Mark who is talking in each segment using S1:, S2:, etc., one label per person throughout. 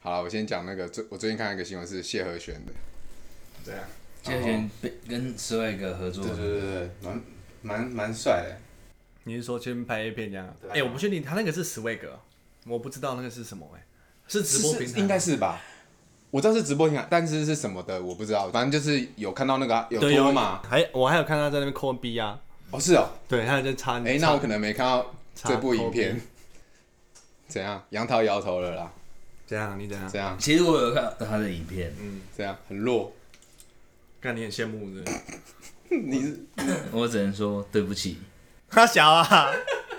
S1: 好了，我先讲那个最我最近看到一个新闻是谢和弦的，这样，
S2: 谢贤被跟十外哥合作
S1: 对，对对对，蛮蛮蛮帅的，
S3: 你是说先拍 A 片这样？
S1: 啊
S3: 哎、我不确定他那个是 Swag，哦我不知道那个是什么哎、是直播平
S1: 是
S3: 台
S1: 是
S3: 吗
S1: 应该是吧？我知道是直播平台，但是是什么的我不知道，反正就是有看到那个啊有
S3: 对有
S1: 多嘛，
S3: 还我还有看他在那边抠逼啊，
S1: 哦是哦，
S3: 对，他还在插你。
S1: 哎、那我可能没看到
S3: 差
S1: 这部影片，怎样？杨桃摇头了啦，
S3: 怎样？你怎样？
S1: 这样
S2: 其实我有看到他的影片，
S1: 这样很弱，
S3: 看你很羡慕是不是？
S1: 你是
S2: 我只能说对不起，
S3: 他小啊，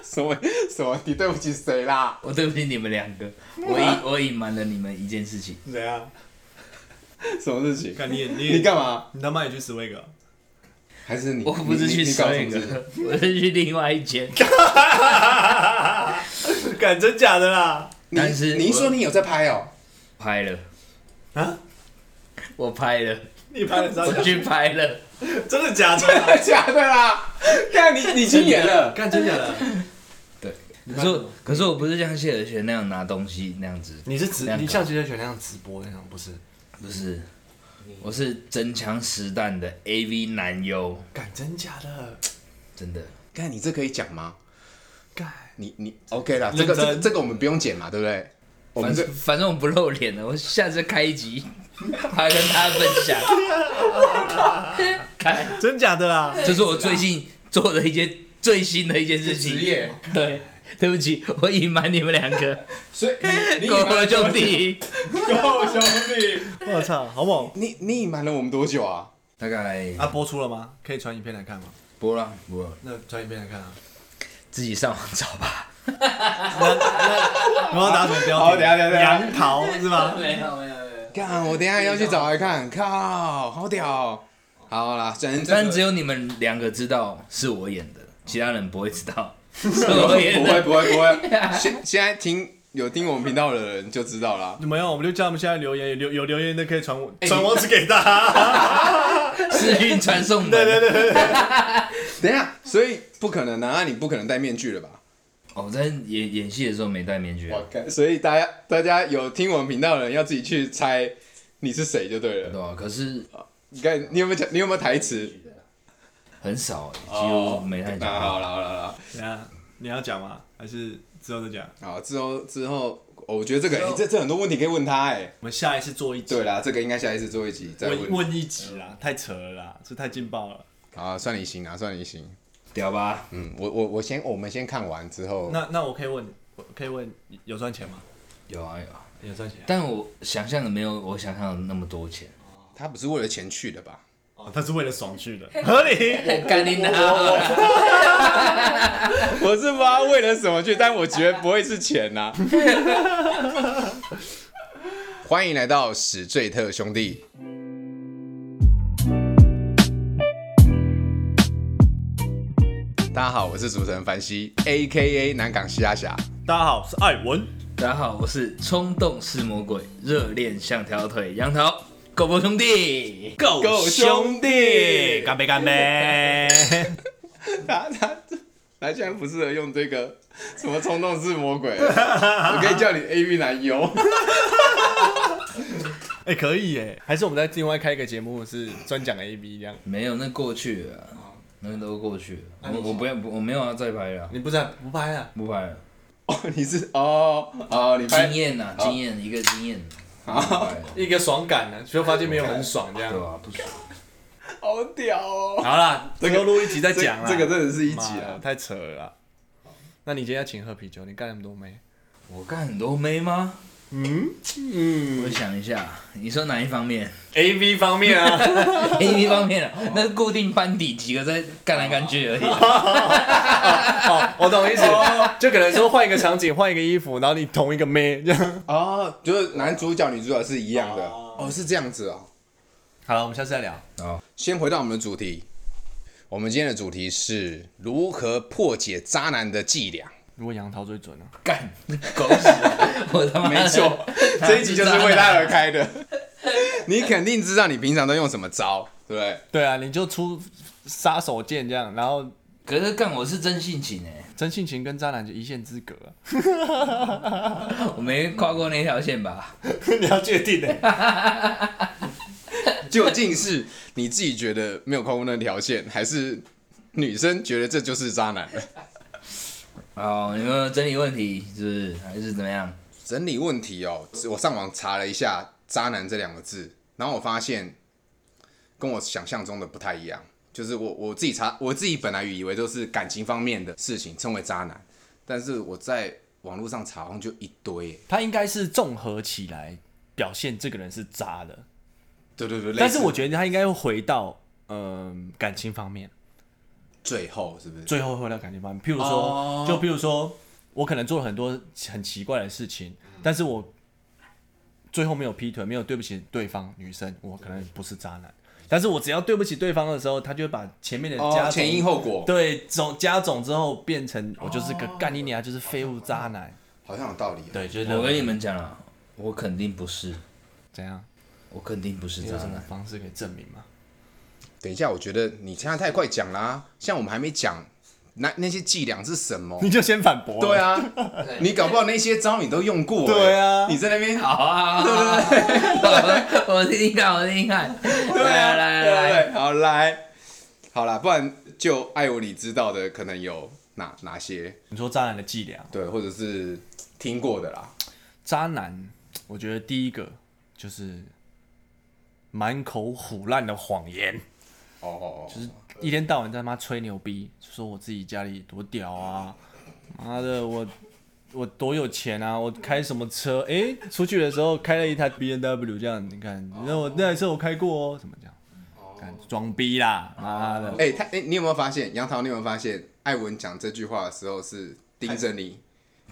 S1: 什么什么？你对不起谁啦？
S2: 我对不起你们两个，我
S1: 啊
S2: 隐我隐瞒了你们一件事情，
S3: 怎样？
S1: 什么事情？
S3: 看你你
S1: 你干嘛？
S3: 你他妈也去 Swag？啊
S1: 还是你？
S2: 我不是
S1: 你
S2: 去
S1: 你
S2: 十
S1: 搞什
S2: 外
S1: 么事情
S2: 哥， 我是去另外一间，
S3: 敢真假的啦？
S1: 你
S2: 但是
S1: 你一
S2: 我
S1: 说你有在拍哦、
S2: 拍了，
S3: 啊？
S2: 我拍了，
S3: 你拍的照
S2: 我去拍 了，
S3: 真的假
S1: 真
S3: 的？
S1: 的 假的啦？看你你去演了，
S3: 干真假的？
S2: 对，可是我可是我不是像谢尔轩那样拿东西那样子，
S3: 你是直
S2: 两个
S3: 你像杰选那样直播那种不是？
S2: 不是，我是真枪实弹的 AV 男优，
S3: 敢真假的？
S2: 真的。
S1: 看你这可以讲吗？
S3: 干
S1: 你你 OK 啦，这
S3: 认
S1: 个
S3: 真
S1: 这个这个我们不用剪嘛，对不对？我
S2: 反
S1: 们这
S2: 正反正我不露脸了，我下次开一 集，还跟大家分享。看，
S3: 真假的啦？
S2: 这是我最近做的一件最新的一件事情。
S1: 职业，
S2: 对，对不起，我隐瞒你们两个，
S1: 所以你你
S2: 狗
S1: 隐瞒
S2: 和
S1: 了
S2: 兄弟。
S3: 够兄弟，我操，好猛！
S1: 你你隐瞒了我们多久啊？
S2: 大概
S3: 啊，播出了吗？可以传影片来看吗？
S2: 播了播了，
S3: 那传影片来 看啊。
S2: 自己上网找吧。
S3: 我要打什么标题？
S1: 好等一下等一下
S3: 杨桃 是吗？
S2: 没有没有没有，
S1: 看，我等一下要去找来看，靠，好屌哦！好啦，虽然
S2: 但只
S1: 有
S2: 有你们两个知道是我演的，其他人不会知 道是我演
S1: 不会
S2: 的。
S1: 不会不会， 现现在听有听我们频道的人就知道啦。
S3: 没有，我们就叫他们现在留言，有留有留言的可以传我
S1: 哎
S3: 传网址给 大家。
S2: 视讯传送门。对对对。
S1: 等一下，所以不可能啊，那你不可能戴面具了吧？
S2: 哦，我在演演戏的时候没戴面具啊，
S1: 靠！所以大家大家有听我们频道的人要自己去猜你是谁就对
S2: 对
S1: 了。
S2: 吧、可是
S1: 你看你有没有讲？你有没有台词？
S2: 很少、欸，几乎没太讲
S1: 那
S2: 话。
S1: 哦好了好了好了，
S3: 等一下你要讲吗？还是之后再讲？
S1: 好之后之后，哦我觉得这个、
S2: 之后
S1: 欸这这很多问题可以问他哎、
S3: 我们下一次做一集，
S1: 对啦，这个应该下一次做一集再
S3: 问
S1: 问。
S3: 问一集啦，太扯了啦，这太劲爆了。
S1: 好啊，算你行啊，算你行。
S2: 屌吧，
S1: 嗯，我我我先我们先看完之后，
S3: 那那我可以问，我可以问有赚钱吗？
S2: 有啊有啊，
S3: 有赚钱啊。
S2: 但我想象的没有我想象的那么多钱。
S1: 他不是为了钱去的吧？
S3: 哦，他是为了爽去 的，合理。
S2: 干你娘！
S1: 我是不知道为了什么去，但我觉得不会是钱 呐、欢迎来到史最特兄弟。大家好，我是主持人凡西，A K A 南港西亚侠。
S3: 大家好，我是艾文。
S2: 大家好，我是冲动是魔鬼，热恋像条腿，杨桃，狗狗兄弟，
S3: 够
S1: 够兄弟
S3: 干杯干杯！
S1: 他他他现在不适合用这个什么冲动是魔 鬼，我可以叫你 A V 男优。
S3: 哎，可以耶，还是我们再另外开一个节目，是专讲 A B 这样。
S2: 没有那过去了啊，那个都过去了。我我不要，我没有要再拍了，
S3: 你不在不拍啊？
S2: 不拍了。
S1: 哦，你是哦哦，你
S2: 经
S1: 拍
S2: 验呐，经验一个经验，不拍了
S3: 一个爽感呢，就发现没有很爽这样
S2: 对。啊吧？不爽。
S1: 好屌哦！
S3: 好啦，啊这个录一集再讲啦。
S1: 这个真的是一
S3: 妈
S1: 集
S3: 的
S1: 啊。
S3: 太扯了啦。那你今天要请喝啤酒，你干那么多没？
S2: 我干很多妹吗？
S3: 嗯
S2: 我
S3: 嗯
S2: 想一下，你说哪一方面
S3: ，A V 方面啊，
S2: ？A V 方面啊，那是固定班底几个在干来干去而 已。
S3: 哦，我懂意思，就可能说换一个场景，换一个衣服，然后你同一个妹这样。
S1: 哦，就是男主角、女主角是一样的哦，是这样子哦。
S3: 好了，我们下次再聊。
S1: 先回到我们的主题，我们今天的主题是如何破解渣男的伎俩。
S3: 如果杨桃最准啊，
S2: 干狗屎！我他妈的
S1: 没错， 这一集就是为他而开 的。你肯定知道你平常都用什么招，对不对？
S3: 对啊，你就出杀手锏这样，然后
S2: 可是干我是真性情哎、
S3: 真性情跟渣男就一线之隔啊、
S2: 我没跨过那条线吧？
S4: 你要确定的、
S1: 究竟是你自己觉得没有跨过那条线，还是女生觉得这就是渣男？
S2: 哦，你们整理问题是不是还是怎么样？
S1: 整理问题哦，我上网查了一下“渣男”这两个字，然后我发现跟我想象中的不太一样。就是我我自己查，我自己本来以为都是感情方面的事情称为渣男，但是我在网络上查，好像就一堆耶。
S3: 他应该是综合起来表现这个人是渣的，
S1: 对对对，
S3: 但是我
S1: 得
S3: 觉得他应该会回到嗯、感情方面，
S1: 最后是不是？
S3: 最后会回到感情方面。譬如说，
S1: 哦
S3: 就譬如说我可能做了很多很奇怪的事情，但是我最后没有劈腿，没有对不起对方女生，我可能不是渣男。但是我只要对不起对方的时候，他就会把前面的加
S1: 哦，
S3: 总
S1: 前因后果，
S3: 对总加总之后变成我就是个干你娘，就是废物渣男。
S1: 好像有道理。，
S3: 哦
S1: 啊
S3: 对，就是
S2: 我跟你们讲啊，我肯定不是，
S3: 怎样？
S2: 我肯定不是
S3: 有
S2: 渣
S3: 什么
S2: 男。
S3: 方式可以证明吗？
S1: 等一下，我觉得你现在太快讲啦、像我们还没讲那那些伎俩是什么。
S3: 你就先反驳。
S1: 对，啊， 你搞不好那些招你都用过耶。
S3: 对啊
S1: 你在那边
S2: 好啊，对对对，我听听看，我听听看。对
S1: 对啊
S2: 来
S1: 对
S2: 来来，
S1: 对好来，好啦，不然就艾我你知道的可能有哪哪些？
S3: 你说渣男的伎俩，
S1: 对，或者是听过的啦。
S3: 渣男，我觉得第一个就是满口虎烂的谎言，
S1: 哦哦哦，
S3: 一天到晚在他妈吹牛逼，说我自己家里多屌啊，妈的我。我多有钱啊！我开什么车？诶，出去的时候开了一台 B N W，这样你看，那我那台车我开过哦，怎么讲？干装逼啦，妈的！
S1: 哎、他哎、你有没有发现杨桃？你有没有发现艾文讲这句话的时候是盯着你？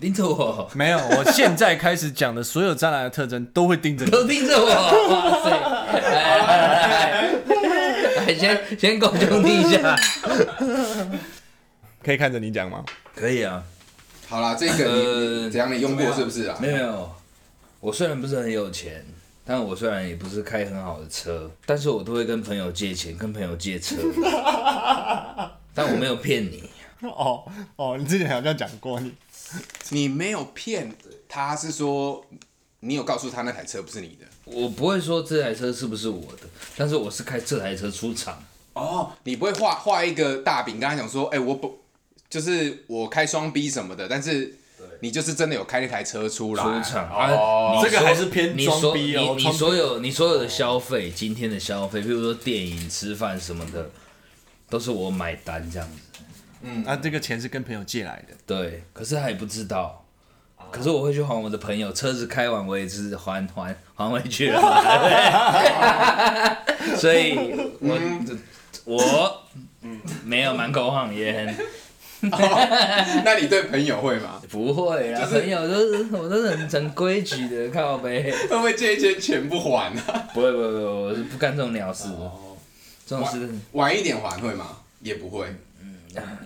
S2: 盯着我，
S3: 没有，我现在开始讲的所有渣男的特征都会盯着你。
S2: 都盯着我，哇塞！来来来来，先先狗兄弟一下，
S3: 可以看着你讲吗？
S2: 可以啊。
S1: 好啦，这个你你
S2: 呃
S1: 怎样？你用过是不是啊？
S2: 没有没有，我虽然不是很有钱，但我虽然也不是开很好的车，但是我都会跟朋友借钱，跟朋友 借车。但我没有骗你，
S3: 哦哦，你之前好像讲过你。
S1: 你没有骗他，是说你有告诉他那台车不是你的
S2: 我不会说这台车是不是我的，但是我是开这台车出厂。
S1: 哦，你不会画画一个大饼，跟他讲说，哎、我不就是我开双 B 什么的，但是你就是真的有开那台车出来
S2: 出厂
S1: 哦
S2: 啊，你
S3: 这个
S2: 所
S3: 还是偏
S2: 你所
S3: 装逼哦
S2: 你你
S3: 装逼
S2: 所有你所有的消费，今天的消费，比如说电影、吃饭什么的，都是我买单这样子。
S1: 嗯
S3: 那、这个钱是跟朋友借来的，
S2: 对，可是他也不知道。可是我会去还我的朋友，车子开完我也是还还还回去了 嘛，对不对？所以我、我没有满口谎言，
S1: 那你对朋友会吗？
S2: 不会啦，朋友都是我都是很很规矩的，靠呗。
S1: 会不会借一些钱不还啊？
S2: 不会不会不会，我是不干这种鸟事的。
S3: 哦
S2: 这种事
S1: 晚一点还会吗？也不会。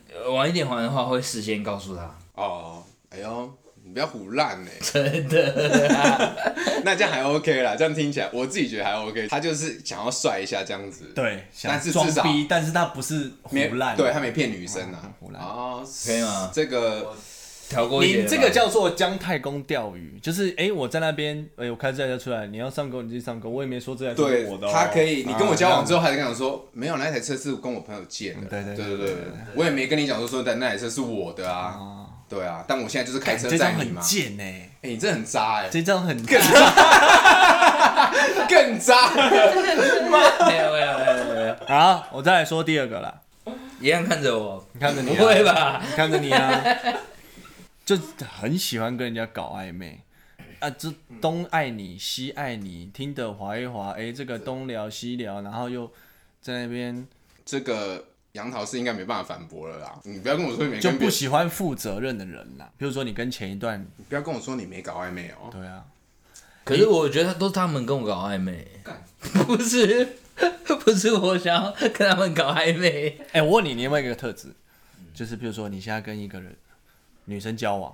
S2: 呃晚一点还的话，会事先告诉他。
S1: 哦，哎呦，你不要胡乱 呢。
S2: 真的，
S1: 那这样还 OK 啦，这样听起来我自己觉得还 OK。他就是想要帅一下这样子，，
S3: 对，
S1: 但是
S3: 想
S1: 至少
S3: 装逼，但是他不是胡
S1: 没
S3: 烂，
S1: 对他没骗女生啊。
S3: 胡乱
S1: 哦，
S2: 可以吗
S1: 这个
S2: 调过一
S3: 你
S2: 点吧。
S3: 这个叫做姜太公钓鱼，就是哎、我在那边，哎、我开这台车出来，你要上钩你就上钩，我也没说这台车
S1: 对
S3: 是我的、哦，
S1: 他可以，你跟我交往之
S3: 后，
S1: 后还跟我说，没有那台车是跟我朋友借的，
S3: 嗯对对哦
S1: 对对对，我也没跟你讲说说但那台车是我的啊，对啊，但我现在就是开车
S3: 这张
S1: 载你
S3: 很
S1: 嘛，
S3: 贱呢、
S1: 哎，你这很渣哎，
S3: 这张很
S1: 更渣，
S2: 没有没有没有没有，
S3: 啊！我再来说第二个啦，
S2: 一样看着我，
S3: 你看着你、
S2: 不
S3: 啊，
S2: 会吧？
S3: 你看着你啊， 就很喜欢跟人家搞暧昧啊，这东爱你西爱你，听得滑一滑，哎、这个东聊西聊，然后又在那边
S1: 这个杨桃是应该没办法反驳了啦，你不要跟我说你没
S3: 就
S1: 哎跟别
S3: 不喜欢负责任的人啦。比如说你跟前一段，
S1: 你不要跟我说你没搞暧昧哦，
S3: 对啊，
S2: 可是我觉得都是他们跟我搞暧昧， 不是不是我想要跟他们搞暧昧。
S3: 哎、我问你，你有没有一个特质，就是比如说你现在跟一个人女生交往，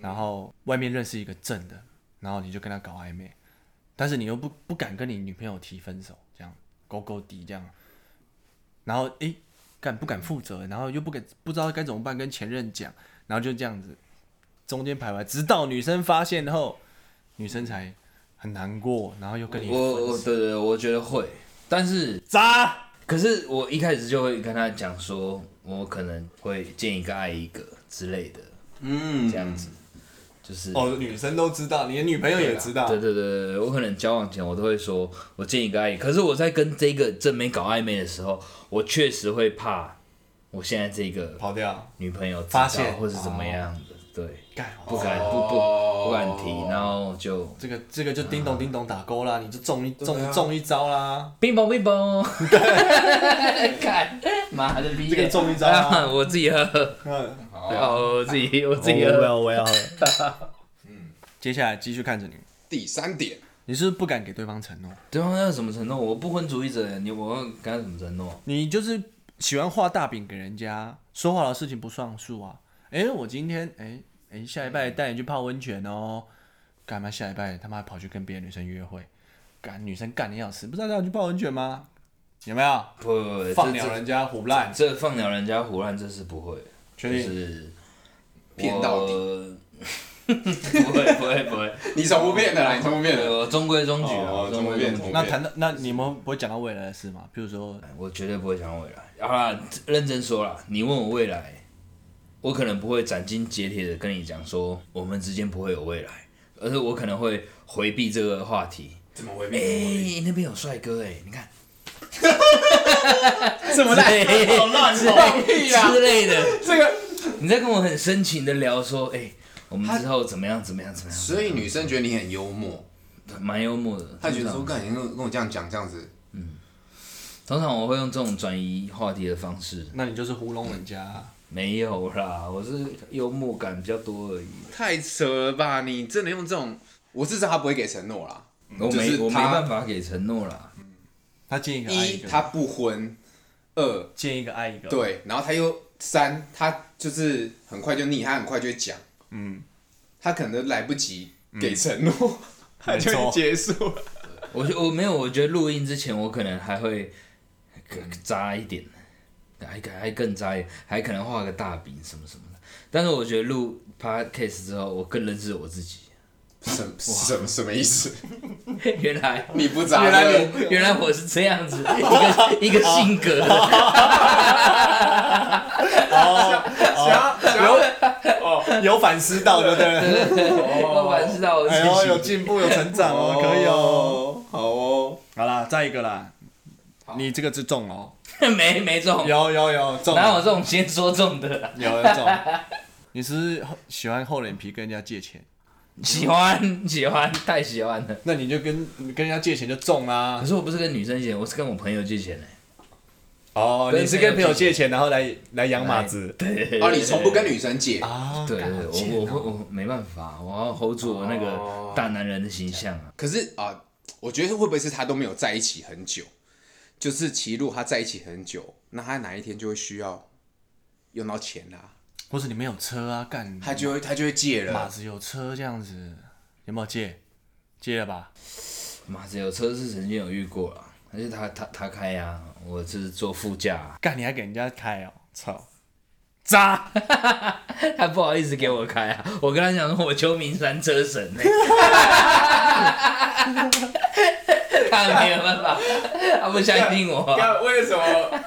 S3: 然后外面认识一个正的，然后你就跟他搞暧昧，但是你又不不敢跟你女朋友提分手，这样勾勾底这样，然后哎，敢、不敢负责，然后又不敢不知道该怎么办跟前任讲，然后就这样子中间徘徊，直到女生发现后，女生才很难过，然后又跟你
S2: 我
S3: 分
S2: 我
S3: 手
S2: 对对，我觉得会，但是
S3: 渣。
S2: 可是我一开始就会跟他讲说，我可能会见一个爱一个之类的，
S1: 嗯
S2: 这样子，就是
S3: 哦，啊女生都知道，你的女朋友也知道
S2: 对对对对，我可能交往前我都会说，我见一个暧昧，可是我在跟这个正妹搞暧昧的时候，我确实会怕我现在这个
S3: 跑掉，
S2: 女朋友知
S3: 发
S2: 道
S3: 现
S2: 或是怎么样的，对，
S3: 干
S2: 不敢不不
S1: 哦
S2: 不敢提，然后就
S3: 这个这个就叮咚叮咚打勾啦，你就中一中中一招啦。
S2: 冰雹冰雹， 看妈的逼，
S3: 这个中一招啊
S2: 啊！ 我自己喝，
S3: 嗯，
S2: 哦，我自己我自
S3: 这
S2: 己
S3: 个
S2: 喝，
S3: 要我要。接下来继续看着你，
S1: 第三点，
S3: 你是不是不敢给对方承诺？
S2: 对方要什么承诺？我不婚主义者，你我跟他什么承诺？
S3: 你就是喜欢画大饼给人家，说好的事情不算数啊。哎、我今天哎哎、诶下礼拜带你去泡温泉哦，干嘛下礼拜他妈跑去跟别的女生约会，干女生干你要死，不知道带我去泡温泉吗？有没有
S2: 不不不，这
S3: 放鸟人家胡烂？
S2: 这放鸟人家胡乱，这是不会，
S3: 确
S2: 就
S3: 定
S2: 是
S1: 骗到底
S2: 底。 不会不会不会，
S1: 你从不变的啦，你从不变的。
S2: 我中规中矩啊，
S1: 哦
S2: 我中
S1: 中
S2: 规
S1: 规
S2: 中
S1: 中
S2: 矩
S1: 矩。
S3: 那谈到那你们不会讲到未来的事吗？比如说，
S2: 我绝对不会想未来。啊，认真说啦，你问我未来，我可能不会斩钉截铁的跟你讲说我们之间不会有未来，而是我可能会回避这个话题。
S1: 怎么回
S2: 哎、？那边有帅哥哎、你看
S1: 怎么来？
S2: 好
S1: 乱放屁啦！
S2: 之类的，
S1: 这个，
S2: 你在跟我很深情的聊说，哎、我们之后怎么样怎么样怎么样，
S1: 所以女生觉得你很幽默，
S2: 蛮幽默的。
S1: 她觉得说，
S2: 通常
S1: 干，你跟我跟我这样讲，这样子，
S2: 通常我会用这种转移话题的方式，
S3: 那你就是糊弄人家啊、
S2: 没有啦，我是幽默感比较多而已。
S1: 太扯了吧？你真的用这种，我至少他不会给承诺啦。
S2: 我
S1: 就
S2: 没、
S1: 是
S2: 我没
S1: 他
S2: 办法给承诺啦。
S3: 他见一个爱
S1: 一
S3: 一，
S1: 他
S3: 个，
S1: 不婚；二，
S3: 见一个爱一个，，
S1: 对，然后他又三，他就是很快就腻，他很快就会讲，嗯，他可能都来不及给承诺， 他就已经结束了。
S2: 我觉我没有，我觉得录音之前我可能还会更渣一点，还可还更渣一点，还可能画个大饼什么什么的。但是我觉得录 podcast 之后，我更认识我自己。
S1: 什什么什么意思？
S2: 原来
S1: 你不渣，
S2: 原来
S1: 对不对
S2: 我原来我是这 样子一个一个性格的，
S1: 哦
S3: 有哦 有反思到，对不对？
S2: 我反知道我自
S3: 哎呦，有
S2: 己。
S3: 进步，有成长哦，可以哦。，
S1: 好哦。
S3: 好啦，再一个啦，你这个是中哦，
S2: 没没中，
S3: 有有有中
S2: 哪有这种先说中的啊？
S3: 有有中。 你是不是喜欢厚脸皮跟人家借钱？
S2: 喜欢喜欢太喜欢了。
S3: 那你就跟跟人家借钱就中啦
S2: 可。是我不是跟女生借钱，我是跟我朋友借钱的。
S3: 哦，
S2: 跟
S3: 你是跟
S2: 朋
S3: 朋
S2: 友
S3: 友
S2: 借
S3: 借钱，然后来来养马子
S1: 哦，你从不跟女生借，
S3: 啊？
S2: 对
S3: 干好
S2: 对，
S3: 贱
S2: 我
S3: 哦
S2: 我我我没办法，我要 hold 住我那个大男人的形象啊。
S1: 可是啊、我觉得会不会是他都没有在一起很久？就是其实如果他在一起很久，那他哪一天就会需要用到钱啦、
S3: 或是你没有车啊？干，
S1: 他就会他就会借
S3: 马
S1: 了。
S3: 子有车这样子，有没有借？借了吧？
S2: 马子有车是曾经有遇过啦，而且他他他开呀、啊，我是坐副驾啊、
S3: 干，你还给人家开哦，操！渣，
S2: 他不好意思给我开啊，我跟他讲说我秋名山车神、欸， 他没有办法，他不相信 我啊、
S1: 为什么？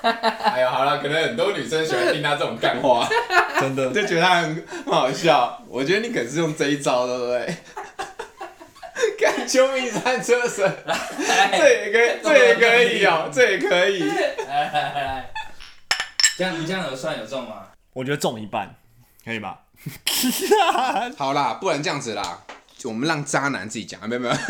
S1: 哎呀，好了，可能很多女生喜欢听他这种干话，
S3: 真的。
S1: 就觉得他很很好笑。我觉得你可能是用这一招，对不对？ 看秋名山车神，
S3: 哎
S1: 这也可以，这也可以哦、这也可以。
S2: 来来来， 这样你这样有算有中吗？
S3: 我觉得中一半，可以吧？
S1: 好啦，不然这样子啦，我们让渣男自己讲，啊没有没有。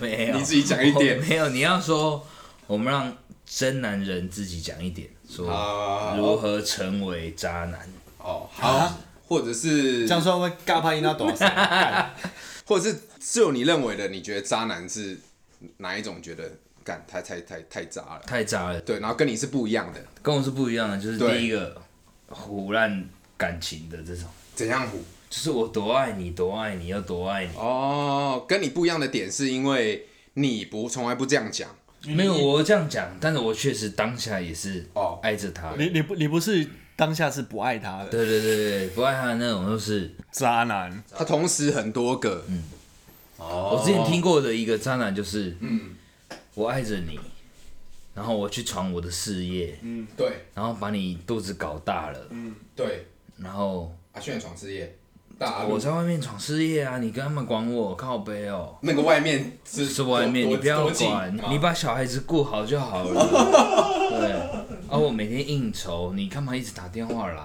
S2: 没有，
S1: 你自己讲一点
S2: 我 没有，你要说我们让真男人自己讲一点，说
S1: 啊
S2: 如何成为渣男。
S1: 哦，好，或者是
S3: 啊这样说会尬拍音到多少？ 干
S1: 或者是只有你认为的，你觉得渣男是哪一种？觉得干太太太太渣了，
S2: 太渣了，
S1: 对，然后跟你是不一样的，
S2: 跟我是不一样的，就是
S1: 对
S2: 第一个胡乱感情的这种，
S1: 怎样虎？
S2: 就是我多爱你，多爱你，又多爱你。
S1: 哦，跟你不一样的点是因为你不从来不这样讲，
S2: 没有，我这样讲，但是我确实当下也是
S1: 哦
S2: 爱着他。
S3: 你你不你不是当下是不爱他的
S2: 对对对对，不爱他的那种都是。
S3: 渣男，
S1: 他同时很多个，嗯，啊哦嗯
S2: 我之前听过的一个渣男就是，我爱着你，然后我去闯我的事业，
S1: 嗯，对
S2: 然后把你肚子搞大了，
S1: 对，啊
S2: 然后
S1: 阿炫闯事业，大阿
S2: 我
S1: 陆
S2: 在外面闯事业啊，你干嘛管我？靠背哦。
S1: 那个外面是
S2: 是外面，
S1: 多
S2: 你不要
S1: 多紧
S2: 管，
S1: 啊
S2: 你把小孩子顾好就好了。对，啊，我每天应酬，你干嘛一直打电话来？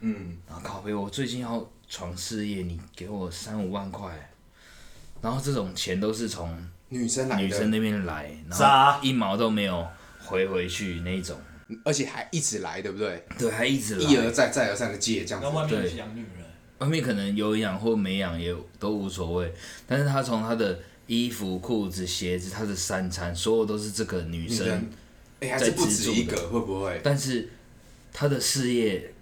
S1: 嗯，
S2: 然后靠背，我最近要闯事业，你给我三五万块，然后这种钱都是从
S1: 女生来
S2: 女生
S1: 的，
S2: 那边来，然
S3: 渣
S2: 后一毛都没有回回去那一种，
S1: 而且还一直来，对不对？
S2: 对，还一直
S1: 一
S2: 来，
S1: 而再，再而三的借这样
S4: 然
S1: 子
S4: 后，外面
S2: 对
S4: 是养女人，
S2: 外面可能有养或没养也都无所谓，但是他从他的衣服、裤子、鞋子、他的三餐，所有都是这个女
S1: 女
S2: 生
S1: 生，哎，还是不
S2: 在资
S1: 止
S2: 助
S1: 一个，会不会？
S2: 但是他的事业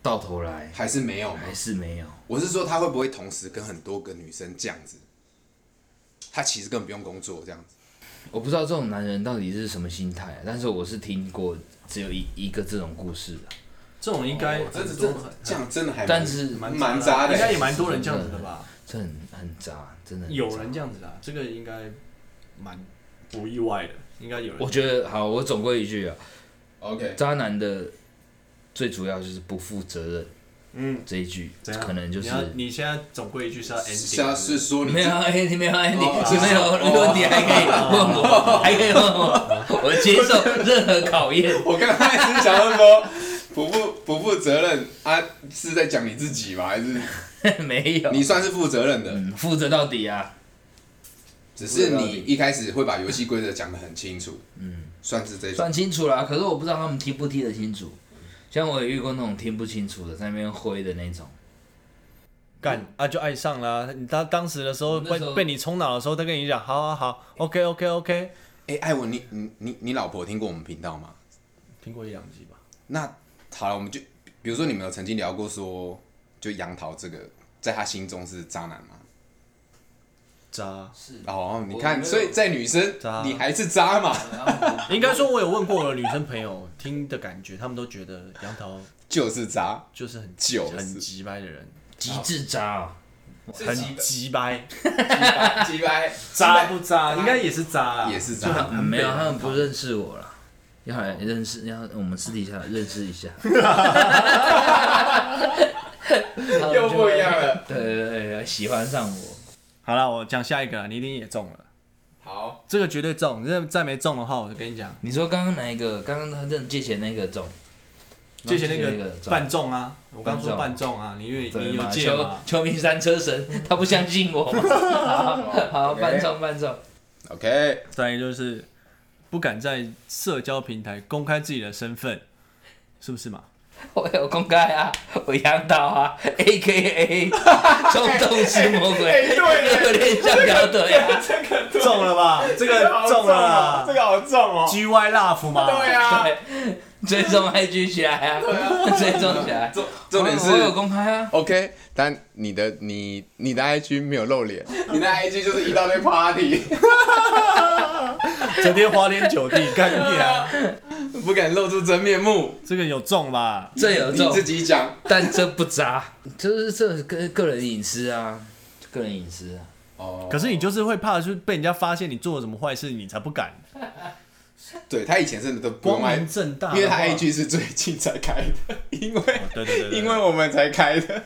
S2: 到头来
S1: 还是没有吗？
S2: 还是没有，
S1: 我是说他会不会同时跟很多个女生这样子？他其实根本不用工作这样子。
S2: 我不知道这种男人到底是什么心态，啊但是我是听过只有一一个这种故事的，
S3: 这种应
S4: 哦
S3: 该
S1: 真的
S3: 很
S1: 真
S3: 多
S1: 的这样真的
S4: 哎
S1: 还蛮
S2: 但是
S1: 蛮渣的，
S3: 应该也蛮多人这样子的吧？
S2: 这很很渣，真的很
S4: 有
S2: 渣
S4: 人这样子的啊，这个应该蛮不意外的，应该有人。
S2: 我觉得好，我总归一句啊，
S1: OK。
S2: 渣男的最主要就是不负责任
S4: 嗯，
S2: 这一句，
S4: 怎样
S2: 可能就是
S4: 你要你现在总归一句是要 ending，
S1: 是啊，是说你
S2: 没有哎，你没有哎，你
S1: 哦
S2: 你没有，如果你还可以问我，还可以 问我，我接受任何考验。
S1: 我刚才是想要说不负不负责任啊，是在讲你自己吗？还 是
S2: 没有，
S1: 你算是负责任的？
S2: 嗯负责到底啊，
S1: 只是你一开始会把游戏规则讲得很清楚，嗯，算是这种。
S2: 算清楚啦。可是我不知道他们听不听得清楚。像我也遇过那种听不清楚的，在那边挥的那种，
S3: 干啊就爱上了啊。你当当时的时候
S2: 我那
S3: 被
S2: 时候
S3: 被你冲脑的时候，他跟你讲好好好，OK OK OK，
S1: 哎、艾文，你你你你老婆听过我们频道吗？
S3: 听过一两集吧。
S1: 那好了，我们就比如说你们有曾经聊过说，就杨桃这个在他心中是渣男吗？
S3: 渣，
S1: 哦，你
S2: 我没
S1: 看，
S2: 有
S1: 所以在女生
S3: 渣
S1: 你还是渣嘛，
S3: 应该说我有问过我的女生朋友，听的感觉，他们都觉得杨桃
S1: 就是渣。
S3: 就是很
S1: 就是
S3: 很急掰的人，
S2: 极致渣、哦。
S1: 是
S3: 很
S1: 鸡掰
S3: 急掰，
S1: 鸡掰
S4: 渣不渣，应该也是渣啊，
S1: 也是
S4: 就
S1: 渣
S4: 很
S2: 嗯没有，
S1: 啊
S2: 他们不认识我了，要来认识，要我们私底下认识 一下。又
S1: 不一样了。
S2: 对对对对，喜欢上我，
S3: 好了，我讲下一个啦，你一定也中了，
S1: 好，
S3: 这个绝对中，这再没中的话，我就跟你讲，
S2: 你说刚刚哪一个？刚刚他认借钱那个中，
S3: 借钱那
S2: 借
S3: 个
S2: 钱中
S3: 半中啊，我刚说
S2: 半
S3: 半中啊，你因为
S2: 对
S3: 你有
S2: 嘛
S3: 借
S2: 秋
S3: 嘛，
S2: 秋名山车神， 他不相信我嘛。好，半中半中，
S1: OK，
S3: 再来就是不敢在社交平台公开自己的身份，是不是嘛？
S2: 我有公开啊，我杨导啊，A K A 冲动是魔
S3: 哎
S2: 鬼，热恋像条腿啊，
S3: 中了吧？这个中了
S1: 啊
S3: 啦
S4: 个好重哦，
S3: ，G Y Love 嘛，对呀，
S2: 对，追踪 I G 起来啊，追踪起来。
S1: 重重点是
S2: 我有公开啊，
S1: OK，但你的你你的 IG 没有露脸，你的 IG 就是一大堆 party，
S3: 整天花天酒地，干你啊！
S1: 不敢露出真面目，
S3: 这个有中吧？
S2: 这有
S1: 你
S2: 中，
S1: 自己讲。
S2: 但这不渣，就是这个个人隐私啊，个人隐私啊。
S1: 哦，
S3: 可是你就是会怕，就是被人家发现你做了什么坏事，你才不敢
S1: 对他以前真的都不
S3: 光
S1: 用 I，
S3: 明正大的话。
S1: 因为他 IG 是最近才开的，因为
S3: 对对对对，
S1: 因为我们才开的。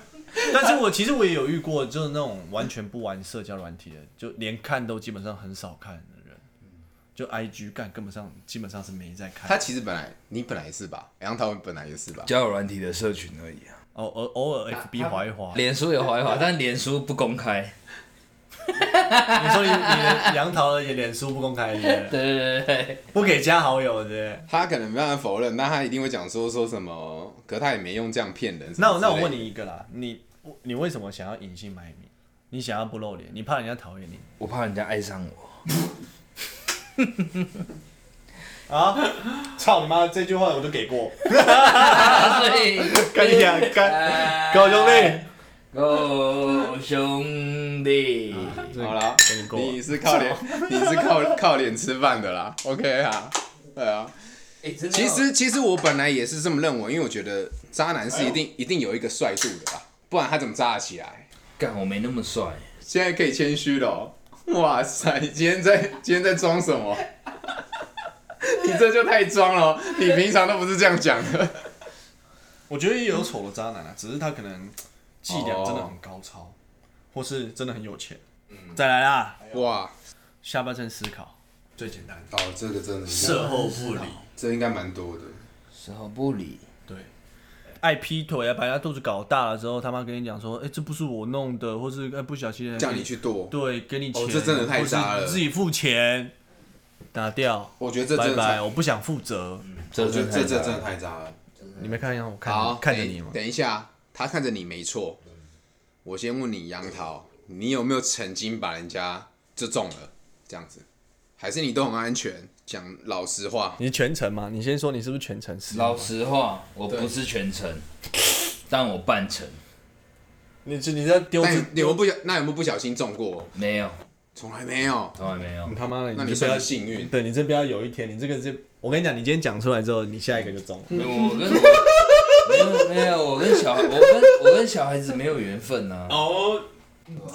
S3: 但是我其实我也有遇过，就是那种完全不玩社交软体的，就连看都基本上很少看的人，就 IG 干根本上基本上是没在
S1: 他
S3: 看，
S1: 其实本来你本来也是吧，杨桃本来也是吧，
S2: 交友软体的社群而已啊。
S3: 偶偶偶尔 FB 划一划。
S2: 脸书有划一划，但脸书不公开。
S3: 你说你你的杨桃的脸书不公开的，
S2: 对对对对，
S3: 不给加好友的。
S1: 他可能没办法否认，那他一定会讲说说什么，可他也没用这样骗人。
S3: 那我那我问
S1: 你，
S3: 你一个啦，你我你为什么想要隐姓埋名？你想要不露脸？你怕人家讨厌你
S2: 我怕人家爱上我。
S3: 啊？操你妈！这句话我都给 过，
S2: 所以，
S3: 干你娘
S2: 干
S3: 狗兄弟，
S2: 狗兄弟，
S1: 好啦，
S3: 给你过了
S1: 你是靠脸，你是靠靠脸吃饭的啦，OK 啊，对啊，
S2: 哎真的
S1: 其
S2: 哦
S1: 实其实我本来也是这么认为，因为我觉得渣男是一定、一定有一个帅度的啦，不然他怎么渣得起来？
S2: 干我没那么帅，
S1: 现在可以谦虚了哦、哇塞，你今天在今天在装什么？ 你这就太装了哦，你平常都不是这样讲的。
S4: 我觉得也有丑的渣男啊，只是他可能伎俩真的很高超，
S3: 哦
S4: 或是真的很有钱。
S3: 再来啦，
S1: 哇，
S3: 下半身思考，
S4: 最简单，
S1: 哦，这个真的
S4: 售后不理，
S1: 这应该蛮多的。
S2: 时候不理。
S4: 对，
S3: 爱劈腿啊，把人家肚子搞大了之后，他妈跟你讲说，哎、这不是我弄的，或是哎、不小心
S1: 叫你去剁，
S3: 对，给你钱，
S1: 哦这真的太渣了
S3: 或是自己付钱，打掉，
S1: 我觉得这真
S3: 拜
S1: 的
S3: 拜，
S1: 太，
S3: 我不想负责。
S2: 这
S1: 我觉得这这真的
S2: 太
S1: 太渣了。
S3: 嗯你没看见我看
S1: 好，
S3: 嗯
S1: 哎
S3: 看着
S1: 等
S3: 你吗？
S1: 等一下，他看着你没错。我先问你，杨桃，你有没有曾经把人家就中了这样子？还是你都很安全？讲老实话，
S3: 你是全程吗？你先说你是不是全程是？
S2: 老实话，我不是全程，但我半程
S3: 你是你在丢
S1: 但有
S3: 自
S1: 有没有不小？那有没有不小心中过？
S2: 没有，
S1: 从来没有。
S2: 从来没有
S3: 你。他妈的，
S1: 那
S3: 你
S1: 你
S3: 不要
S1: 算是幸运。
S3: 对你真不要有一天，你这个是，我跟你讲，你今天讲出来之后，你下一个就中了。
S2: 没有我跟我没有没有，我跟小我跟我跟小孩子没有缘分呐、啊。
S4: 哦，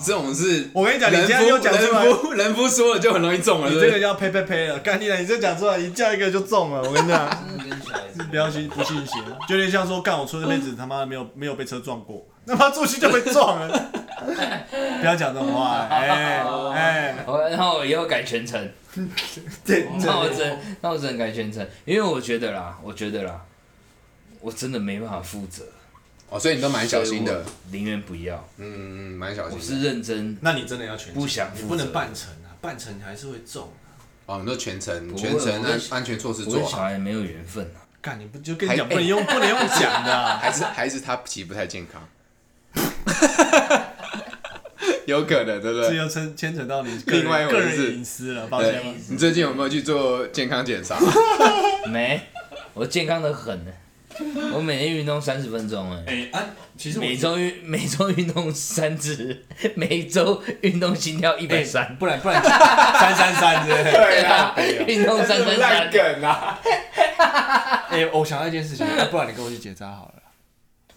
S1: 这种是
S3: 我跟你讲你
S1: 人
S3: 今天
S1: 夫
S3: 又讲出来
S1: 人夫人夫说了就很容易中了，
S3: 你
S1: 对不
S3: 这
S1: 对
S3: 个要呸呸呸了，干你娘！你这讲出来一叫一个就中了，我跟你讲，
S2: 真的跟小孩子
S3: 不要信不信邪，就有点像说干我出这辈子他妈的没有没有被车撞过，他妈出去就被撞 了，不要讲这种话，哎哎，
S2: 我那我以后改全程，
S3: 这
S2: 那我真那我真改全程，因为我觉得啦，我觉得啦，我真的没办法负责，
S1: 哦，所以你都蛮小心
S2: 所以
S1: 的
S2: 我，宁愿不要，
S1: 嗯，嗯蛮小
S2: 我
S1: 心
S2: 是
S1: 的。
S2: 认真
S4: 那你真的要全程
S2: 不想负责
S4: 你不能半程啊，半程你还是会中啊。
S1: 哦，你说全程
S2: 不会
S1: 全程
S2: 我跟
S1: 安安全措施
S2: 我
S1: 做
S2: 跟小
S1: 好，
S2: 孩没有缘分啊。
S3: 干你不就跟你讲
S1: 还
S3: 不能用不能用讲的 啊，
S1: 还是还是他其实不太健 康，有可能对不
S3: 这
S1: 对？
S3: 又牵牵扯到你个
S1: 另外一
S3: 人
S1: 回
S3: 个
S1: 事
S3: 人隐私了，抱歉
S1: 对，你最近有没有去做健康检 查？
S2: 没，我健康的很呢，我每天运动三十分钟哎，
S4: 哎、啊，其实我
S2: 每周运每周运动三次，每周运动心跳一百三，
S3: 不然不然三三三之类的。
S1: 对啊，
S2: 运动三 三
S1: 烂
S2: 三，
S1: 梗啊！
S3: 哎、我想到一件事情，哎不然你跟我去结扎好了。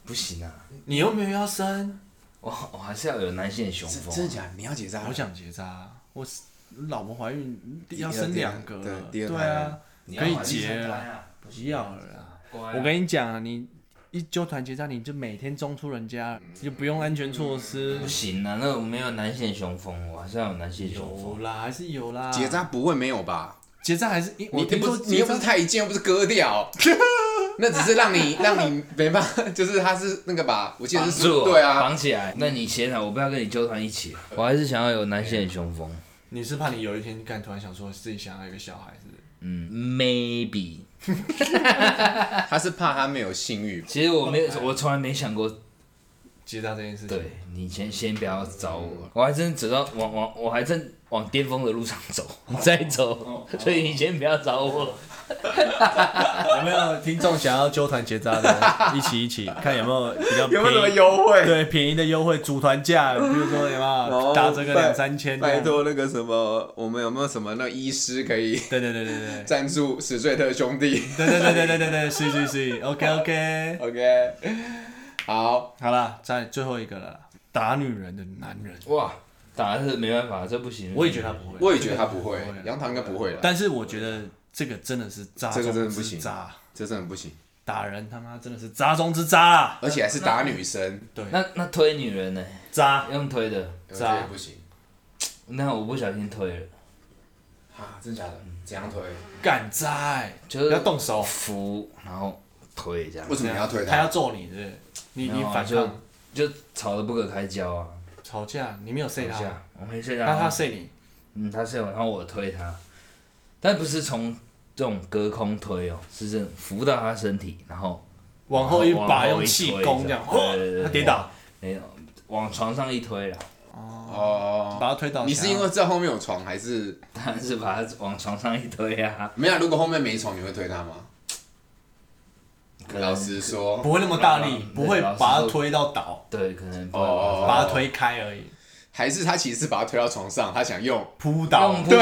S2: 不行啊，
S4: 你又没有要生，
S2: 我我还是要有男性的雄风
S1: 真的
S2: 啊，
S1: 假的？你要结扎？
S3: 我想结扎，啊我是老婆怀孕要
S1: 第二
S3: 生
S1: 第二
S3: 两个
S1: 对
S3: 了，
S1: 第
S3: 对
S1: 二胎
S3: 啊，
S2: 你
S3: 可以
S2: 要
S3: 结了啦
S2: 啊，
S3: 不要了啦。
S2: 乖啊
S3: 我跟你讲啊，你一纠团结扎，你就每天中出人家了，你就不用安全措施
S2: 不。行啊，那我没有男性的雄风，我还是要有男性的雄
S3: 有
S2: 风。
S3: 啦，还是有啦。
S1: 结扎不会没有吧？
S3: 结扎还是因
S1: 你
S3: 我听
S1: 不
S3: 说
S1: 是你又
S3: 结
S1: 不是
S3: 扎，
S1: 太一剑，又不是割 掉，那只是让你 让你没办法，就是他是那个吧？我记得是
S2: 住我
S1: 对啊，
S2: 绑起来。那你先啊，我不要跟你纠团一起，我还是想要有男性的雄风。
S3: 你是怕你有一天干突然想说自己想要一个小孩，是不是？
S2: 嗯，maybe。
S1: 他是怕他没有性欲。
S2: 其实我没有，我从来没想过
S3: 结扎这件事情。
S2: 对你先先不要找我，我还真走到往往我还正往巅峰的路上走，
S3: 哦
S2: 再走，所以你先不要找我。
S3: 有没有听众想要纠团结扎 的？一起一起看有没有比 较
S1: 有没有什么
S3: 便宜
S1: 优惠？
S3: 对便宜的优惠组团价，比如说有没
S1: 哦
S3: 有打折个
S1: 拜
S3: 两三千？
S1: 拜。托那个什么，我们有没有什么那医师可以
S3: 对对对对对。
S1: 赞助史最特兄弟
S3: 对对对对对对对，是是是，OK OK，
S1: ？OK，好，
S3: 好了，再最后一个了啦，打女人的男人，
S2: 哇，打的是没办法，这不行。
S3: 我也觉得他不会，
S1: 我也觉得他不会
S3: 这个不，会
S1: 杨桃应该不会了，
S3: 但是我觉得这个真的是渣
S1: 这个
S3: 中
S1: 真的不
S3: 之
S1: 行
S3: 渣，
S1: 这真的不行，
S3: 打人他妈真的是渣中之渣啊啦，
S1: 而且还是打女生，
S2: 那那推女人呢？
S3: 渣
S2: 用推的，
S1: 这也不行
S2: 那我不小心推了，
S1: 啊，真假的？怎样推？
S3: 敢渣哎，
S2: 就是
S3: 不要动手
S2: 扶，然后推这样
S1: 为，呃什么你要推
S3: 他要
S1: 他？
S3: 揍你是不是？你
S2: 没
S3: 你
S2: 有啊
S3: 反
S2: 就
S3: 抗
S2: 就吵得不可开交啊。
S3: 吵架，你没有 say
S2: 等一
S3: 他，
S2: 下，我没睡
S3: 那他
S2: 他
S3: say 你，
S2: 嗯，他睡我，然后我推他，但不是从这种隔空推哦，是这种扶到他身体，然后
S3: 往后一把
S2: 往后
S3: 用
S2: 一
S3: 气
S2: 推
S3: 功这
S2: 这
S3: 样哦
S2: 样，对对对
S3: 他跌倒，
S2: 没有往床上一推啦，
S1: 哦，
S3: 把他推倒
S1: 你
S3: 起来，
S1: 是因为在后面有床，还是
S2: 当然是把他往床上一推啊。
S1: 没有？如果后面没床，你会推他吗？老实说，
S3: 不会那么大力，不会
S2: 老实
S3: 把他
S2: 说
S3: 推到倒，
S2: 对，可能不
S1: 哦
S3: 把他推开而已。
S1: 还是他其实是把他推到床上，他想用，
S3: 扑
S2: 用
S3: 倒，
S2: 不着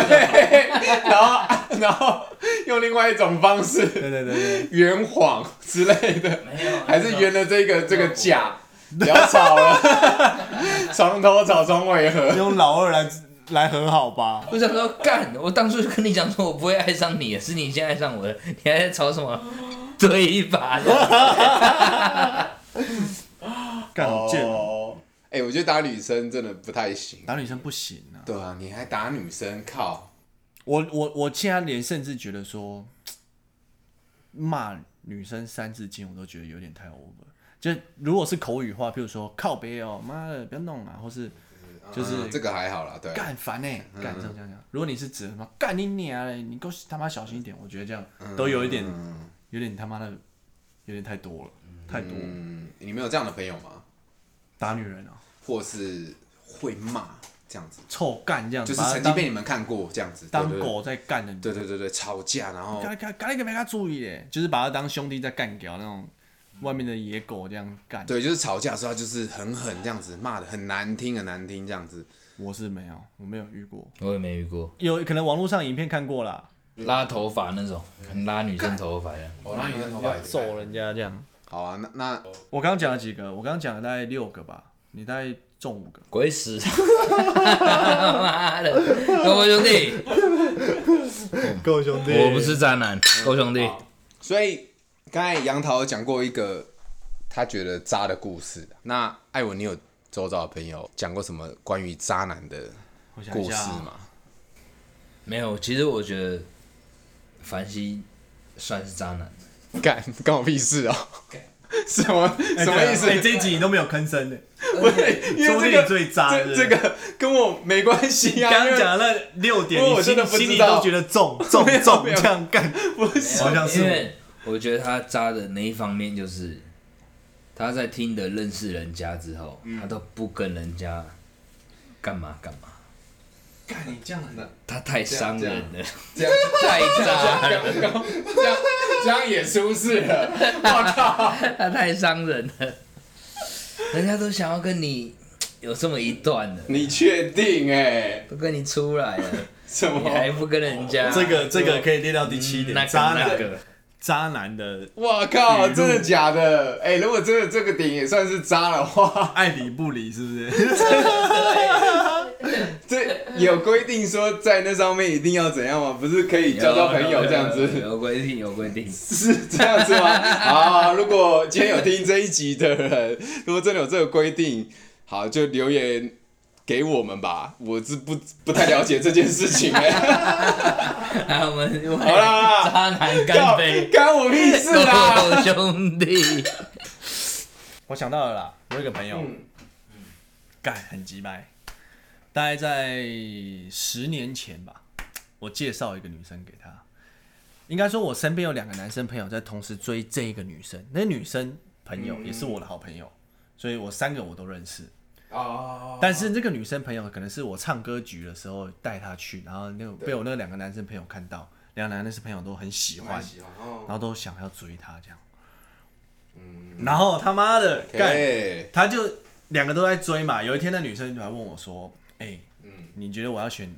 S1: 然后然后用另外一种方式
S3: 对对对对，
S1: 圆谎之类的，
S2: 没有，
S1: 还是圆了这个这个假，不要吵了， 床头吵床尾和。
S3: 用老二来来很好吧？
S2: 我想说，干！我当初就跟你讲说，我不会爱上你，是你先爱上我的，你还在吵什么？对一把的，
S4: 干很贱
S3: 啊
S4: 哦。
S1: 哦，哎、我觉得打女生真的不太行。
S3: 打女生不行啊！
S1: 对啊，你还打女生，靠！
S3: 我我我现在连甚至觉得说，骂女生三字经我都觉得有点太 over。就如果是口语化，譬如说靠背哦，妈的不要弄啊，或是就是
S1: 嗯这个还好啦，对。
S3: 干烦呢，干这样这样这样。如果你是指什么干你娘嘞，你给我他妈小心一点，我觉得这样都有一点
S1: 嗯
S3: 有点他妈的有点太多了，太多了
S1: 嗯，你们有这样的朋友吗？
S3: 打女人啊，
S1: 或是会骂这样子，
S3: 臭干这样，
S1: 就是
S3: 把她
S1: 曾经
S3: 当
S1: 被你们看过这样子，对
S3: 当
S1: 不对。
S3: 狗在干的，哦
S1: 对对对对，吵架然后
S3: 嘎嘎嘎那个没他注意嘞，就是把他当兄弟在干掉那种外面的野狗这样干。
S1: 对，就是吵架的时候他就是狠狠这样子骂的，很难听很难听这样子。
S3: 我是没有，我没有遇过，
S2: 我也没遇过
S3: 有可能网络上影片看过啦，
S2: 拉头发那种，拉女生头发的。
S1: 我哦让你的头
S3: 要揍人家这样。
S1: 好啊，那那
S3: 我刚刚讲了几个，我刚刚讲了大概六个吧，你大概中五个。
S2: 鬼使！妈的，各位兄弟，
S3: 够兄
S2: 我不是渣男，各位兄弟，
S1: 所以刚才杨桃讲过一个他觉得渣的故事。啊那艾文，你有周遭的朋友讲过什么关于渣男的
S3: 我想
S1: 故
S3: 一
S1: 事
S3: 下啊
S1: 吗？
S2: 没有。其实我觉得凡西算是渣男，
S1: 干干我屁事哦、什么哦什么意思？
S3: 哎这一集你都没有吭声的，
S1: 不是，因
S3: 说不
S1: 为这
S3: 定你
S1: 个
S3: 最渣
S1: 这
S3: 对
S1: 这
S3: 不对
S1: 个跟我没关系 啊。
S3: 刚
S1: 因
S3: 刚
S1: 为
S3: 讲的那六点，
S1: 因为
S3: 你
S1: 我
S3: 心
S1: 真的不知道
S3: 心里都觉得中中
S1: 没有
S3: 中
S1: 没有
S3: 这样干，
S1: 不是
S3: 好像是
S2: 因
S3: 我
S2: 为我觉得他渣的那一方面就是他在听的认识人家之后，他都不跟人家干嘛干嘛，
S4: 干你这样的，
S2: 他太伤人了，
S1: 这样
S2: 太 渣了，
S1: 这样这样也出事 了，我靠！
S2: 他太伤人了，人家都想要跟你有这么一段了，
S1: 你确定哎、
S2: 都跟你出来了，
S1: 什
S2: 你还不跟人家
S3: 哦这个这个可以列到第七
S2: 啊嗯那
S3: 点，
S2: 个
S3: 渣
S2: 那
S3: 男
S2: 个
S3: 渣男的
S1: 我靠，
S3: 语录
S1: 真的假的？哎、如果真的这个点也算是渣的话，
S3: 爱理不理是不是？
S1: 这有规定说在那上面一定要怎样吗？不是可以
S2: 有
S1: 交到朋友
S2: 有
S1: 这样
S2: 有
S1: 子？
S2: 有规定有规定，
S1: 是这样子吗？好，如果今天有听这一集的人，如果真的有这个规定，好就留言给我们吧。我是不不太了解这件事情哎、
S2: 来啊我们为
S1: 好啦
S2: 渣男干杯，
S1: 干我屁事啦！
S2: 各位兄弟。
S3: 我想到了啦，我有一个朋友，
S2: 嗯
S3: 干、很鸡掰，大概在十年前吧，我介绍一个女生给他。应该说，我身边有两个男生朋友在同时追这一个女生，那女生朋友
S2: 嗯
S3: 也是我的好朋友，所以我三个我都认识。
S1: 哦，
S3: 但是这个女生朋友可能是我唱歌局的时候带她去，然后那个被我那两个男生朋友看到，两个男生朋友都很喜欢，哦然后都想要追她这样。然后他妈的干。
S1: 对，
S3: 他就两个都在追嘛。有一天，那女生就来问我说：“哎、
S1: 嗯
S3: 你觉得我要选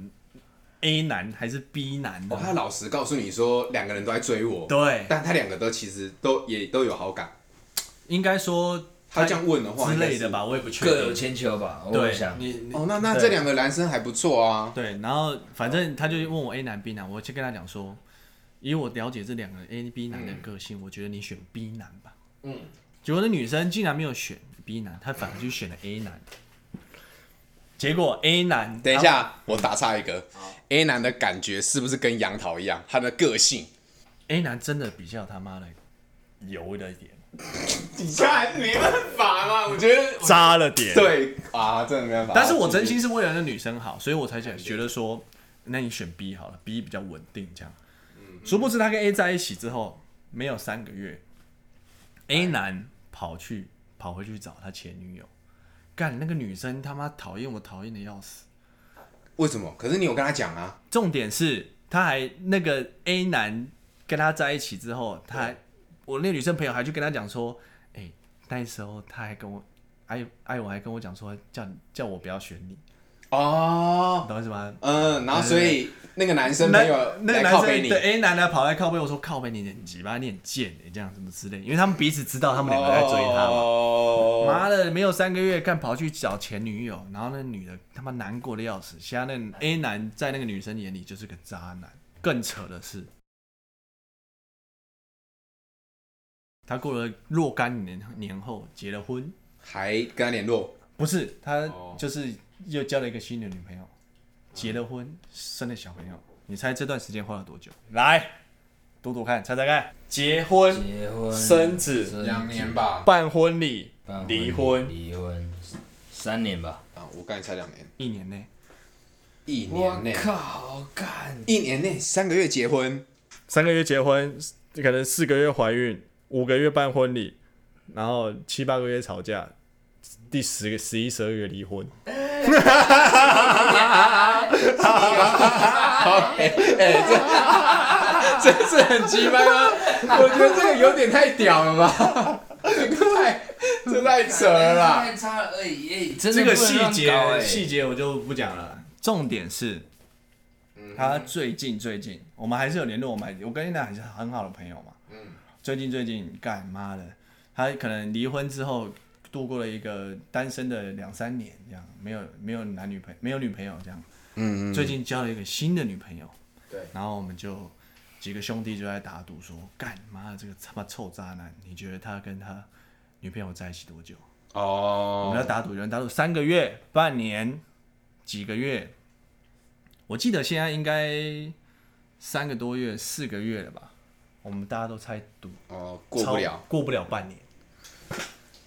S3: A 男还是 B 男呢
S1: 哦，他老实告诉你说，两个人都在追我，
S3: 对，
S1: 但他两个都其实都也都有好感。
S3: 应该说
S1: 他这样问的话
S3: 之
S1: 应
S3: 类
S1: 该
S3: 的
S1: 是
S3: 吧，我也不确
S2: 各有
S3: 定。
S2: 千秋吧，我
S3: 对
S2: 想，。
S3: 你你
S1: 哦，那那
S3: 对
S1: 这两个男生还不错啊。
S3: 对，然后反正他就问我 A 男 B 男，我就跟他讲说，以我了解这两个 A B 男的个性，我觉得你选 B 男吧。
S1: 嗯，
S3: 结果那女生竟然没有选 B 男，她反而去选了 A 男。结果 A 男，
S1: 等一
S3: 然后，
S1: 下，我打岔一个，A 男的感觉是不是跟杨桃一样？他的个性，
S3: ，A 男真的比较他妈的油了一点，
S1: 你看没办法嘛， 我觉得
S3: 渣了点。
S1: 对啊，真的没办法。
S3: 但是我真心是为了那女生好，所以我才想觉得说，那你选 B 好了，B 比较稳定这样。殊不知他跟 A 在一起之后，没有三个月，A 男跑去跑回去找他前女友，干那个女生他妈讨厌我讨厌的要死。
S1: 为什么？可是你有跟他讲啊，
S3: 重点是他还那个 A 男跟他在一起之后，他还我那个女生朋友还去跟他讲说，哎、那时候他还跟我爱爱我还跟我讲说叫你叫我不要选你，
S1: 哦，
S3: 懂我意思吗？
S1: 嗯，然后所以那个男生
S3: 哎那
S1: 朋友
S3: 那个
S1: 来
S3: 男
S1: 靠
S3: 生
S1: 背你
S3: 对，A 男的跑来靠背我说靠背你很鸡巴，你很贱哎、这样什么之类，因为他们彼此知道他们两个在追他嘛。
S1: 哦，
S3: 妈的，没有三个月，干跑去找前女友，然后那女的他妈难过的要死。现在那 A 男在那个女生眼里就是个渣男。更扯的是，他过了若干年年后结了婚，
S1: 还跟他联络，
S3: 不是他
S1: 哦
S3: 就是又交了一个新的女朋友，结了婚，生了小朋友。你猜这段时间花了多久？来，读读看，猜猜看。
S4: 结婚、
S2: 结婚、
S4: 生子、
S1: 两年吧。
S4: 办婚礼、
S2: 办婚
S4: 离婚，
S2: 离婚三年吧。
S1: 啊，我刚才才两年，
S3: 一年内
S1: 一年内，
S2: 靠，干！
S1: 一年内三个月结婚，
S4: 三个月结婚，可能四个月怀孕，五个月办婚礼，然后七八个月吵架，第十个、十一、十二月离婚。
S1: 这 是很鸡掰吗？我觉得这个有点太屌了吧， 这个太这太扯了啦。
S2: 太差了而已，哎真
S3: 这
S2: 的
S3: 个
S2: 不能
S3: 细
S2: 乱搞
S3: 节
S2: 哎
S3: 细节我就不讲了，重点是，
S2: 嗯
S3: 他最近最近我们还是有联络，我们还我跟那还是很好的朋友嘛。最近最近干妈的，他可能离婚之后度过了一个单身的两三年，这样没有没有男女朋没有女朋友这样。
S1: 嗯，
S3: 最近交了一个新的女朋友，
S1: 对，
S3: 然后我们就几个兄弟就在打赌说，干妈的这个他妈臭渣男，你觉得他跟他女朋友在一起多久？我们
S1: 哦，
S3: 要打赌，有人打赌三个月、半年、几个月。我记得现在应该三个多月、四个月了吧？我们大家都猜赌，
S1: 哦，过不
S3: 超
S1: 了，，
S3: 过不了半年。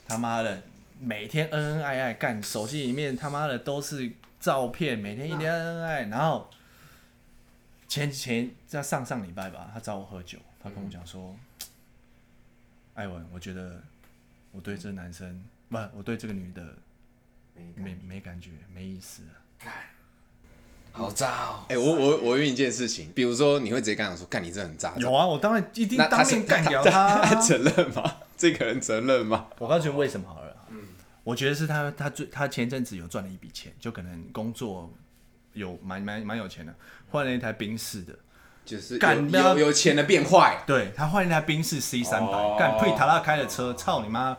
S3: 他妈的，每天恩恩爱爱干，手机里面他妈的都是照片，每天一天恩恩爱，然后前前在上上礼拜吧，他找我喝酒，他跟我讲说，艾文，我觉得我对这男生不，我对这个女的没没感觉，没意思了。
S2: 好渣哦！
S1: 哎、我我我问你一件事情，比如说你会直接跟他讲说，干你这很渣，
S3: 有啊，我当然一定
S1: 那他
S3: 当
S1: 是
S3: 面干掉
S1: 他
S3: 啊
S1: 他 承认吗？ 这个人承认吗？
S3: 我告诉你为什么好了。嗯，我觉得是他他最他前阵子有赚了一笔钱，就可能工作有蛮蛮蛮有钱的，换了一台宾士的。
S1: 就是有
S3: 干不要
S1: 有有钱的变坏，
S3: 对他换了一台宾士 C 三
S1: 哦
S3: 百，干普里塔拉开的车，操你妈！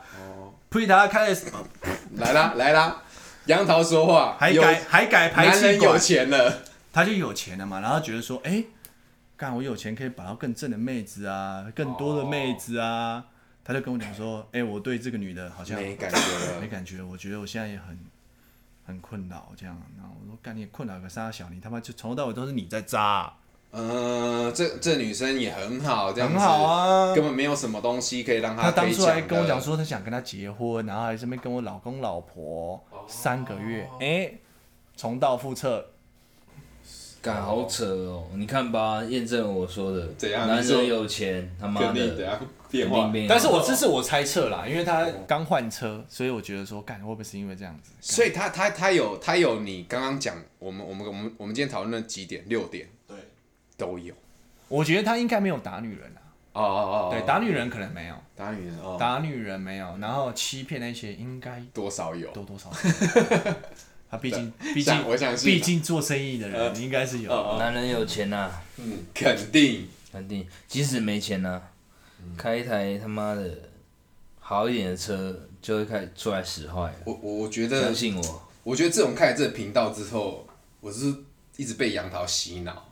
S3: 普里塔拉开的
S1: 来啦来啦，杨桃说话，
S3: 还
S1: 有
S3: 改还改排
S1: 男
S3: 气
S1: 人有
S3: 管，
S1: 钱了，
S3: 他就有钱了嘛，然后觉得说，哎，干我有钱可以把到更正的妹子啊，更多
S1: 哦
S3: 的妹子啊，他就跟我讲说，哎，我对这个女的好像
S1: 没感觉了
S3: 没，感觉，我觉得我现在也很很困扰这样。然后我说干你困扰个啥小，你他妈就从头到尾都是你在渣啊、
S1: 嗯、这这女生也很好，这样子
S3: 很好啊
S1: 根本没有什么东西可以让
S3: 他
S1: 可
S3: 当
S1: 以
S3: 初
S1: 讲
S3: 还
S1: 的。
S3: 跟我讲说他想跟他结婚，然后还顺便跟我老公老婆、三个月，哎、重蹈覆辙。
S2: 干好扯哦！你看吧，验证我说的，
S1: 怎样
S2: 男
S1: 你说
S2: 人有钱，他妈
S1: 肯定等
S2: 的，
S1: 下
S2: 肯
S1: 变
S2: 定
S1: 坏，
S2: 变。
S3: 但是我这是我猜测啦，因为他哦刚换车，所以我觉得说干会不会是因为这样子？
S1: 所以他他他有他有你刚刚讲我们我们我们我们今天讨论的几点六点
S4: 对，
S1: 都有
S3: 我觉得他应该没有打女人啊，
S1: 哦哦
S3: 对，打女人可能没有，
S1: 打女人哦，
S3: 打女人没有，然后欺骗那些应该
S1: 多少有
S3: 多多少少。他毕竟，毕
S1: 像
S3: 竟，
S1: 我相信啊
S3: 毕竟做生意的人应该是有。
S1: 哦
S2: 男人有钱呐，
S1: 嗯肯定
S2: 肯定，即使没钱呐，
S1: 嗯
S2: 开一台他妈的好一点的车，就会开出来使坏了。
S1: 我我我觉得
S2: 相信我，
S1: 我觉得自从开了这个频道之后，我是一直被杨桃洗脑，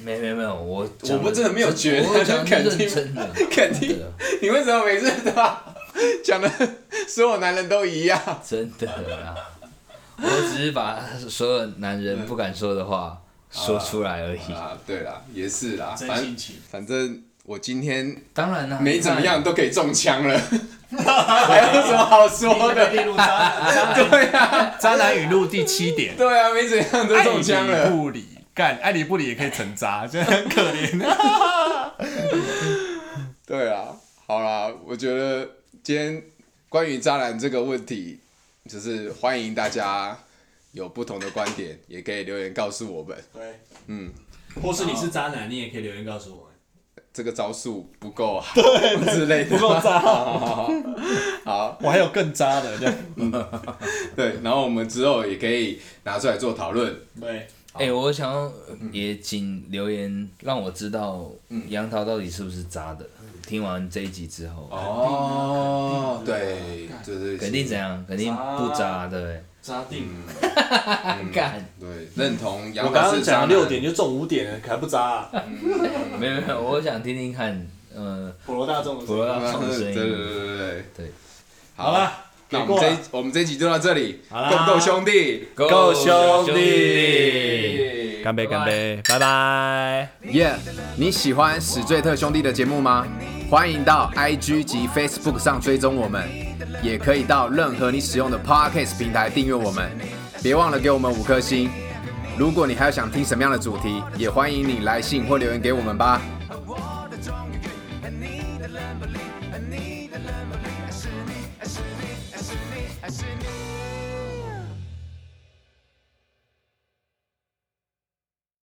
S2: 没没没有，我讲
S1: 我不真的没有觉得
S2: 我讲的
S1: 肯定
S2: 认真的，
S1: 肯定
S2: 真的
S1: 你为什么每次都要 讲的所有男人都一 样？
S2: 真的啦，我只是把所有男人不敢说的话说出来而已。
S1: 啊，对啦，也是啦，
S4: 真
S1: 反
S4: 性情。
S1: 反正我今天
S2: 当然啦，啊
S1: 没怎么样都可以中枪 了，还有什么好说的？
S4: 列入渣男，
S1: 对啊，
S3: 渣男语录第七点，
S1: 对啊，没怎样都
S3: 爱
S1: 中枪
S3: 理
S1: 了。
S3: 不理，干爱理不理也可以成渣，真的很可怜啊。
S1: 对啊，好啦，我觉得今天关于渣男这个问题，就是欢迎大家有不同的观点，也可以留言告诉我们。
S4: 对，嗯，或是你是渣男，你也可以留言告诉我们。
S1: 这个招数不够 好之类的，不够 渣。好好好，好，
S3: 我还有更渣的，这样
S1: 对，然后我们之后也可以拿出来做讨论。
S4: 对，
S2: 哎、我想要
S1: 嗯
S2: 也请留言让我知道杨桃到底是不是渣的。听完这一集之后，
S1: 哦，对，就是
S2: 肯定怎样，肯定不渣，对不对？
S3: 扎定。
S2: 干，
S1: 对，认同杨
S5: 我刚
S1: 老
S5: 刚
S1: 师
S5: 讲六点就中五点了，还不渣、啊？
S2: 没有没有，我想听听看，呃，
S5: 普罗大众的声
S2: 普
S5: 音，
S2: 罗大众的
S1: 对对
S2: 声
S1: 对 对
S2: 音，
S1: 对
S2: 对，
S5: 好了，
S1: 那
S5: 给
S1: 我
S5: 过
S1: 们这
S5: 了
S1: 一我们这一集就到这里，
S5: 好啦
S1: 够不够兄弟？
S2: 够
S5: 兄弟
S4: 干
S2: 拜拜
S4: 杯，干杯，拜拜。
S1: 耶你喜欢史最特兄弟的节目吗？欢迎到 IG 及 Facebook 上追踪我们，也可以到任何你使用的 Podcast 平台订阅我们。别忘了给我们五颗星。如果你还有想听什么样的主题，也欢迎你来信或留言给我们吧。
S6: I see me, I see me, I see me.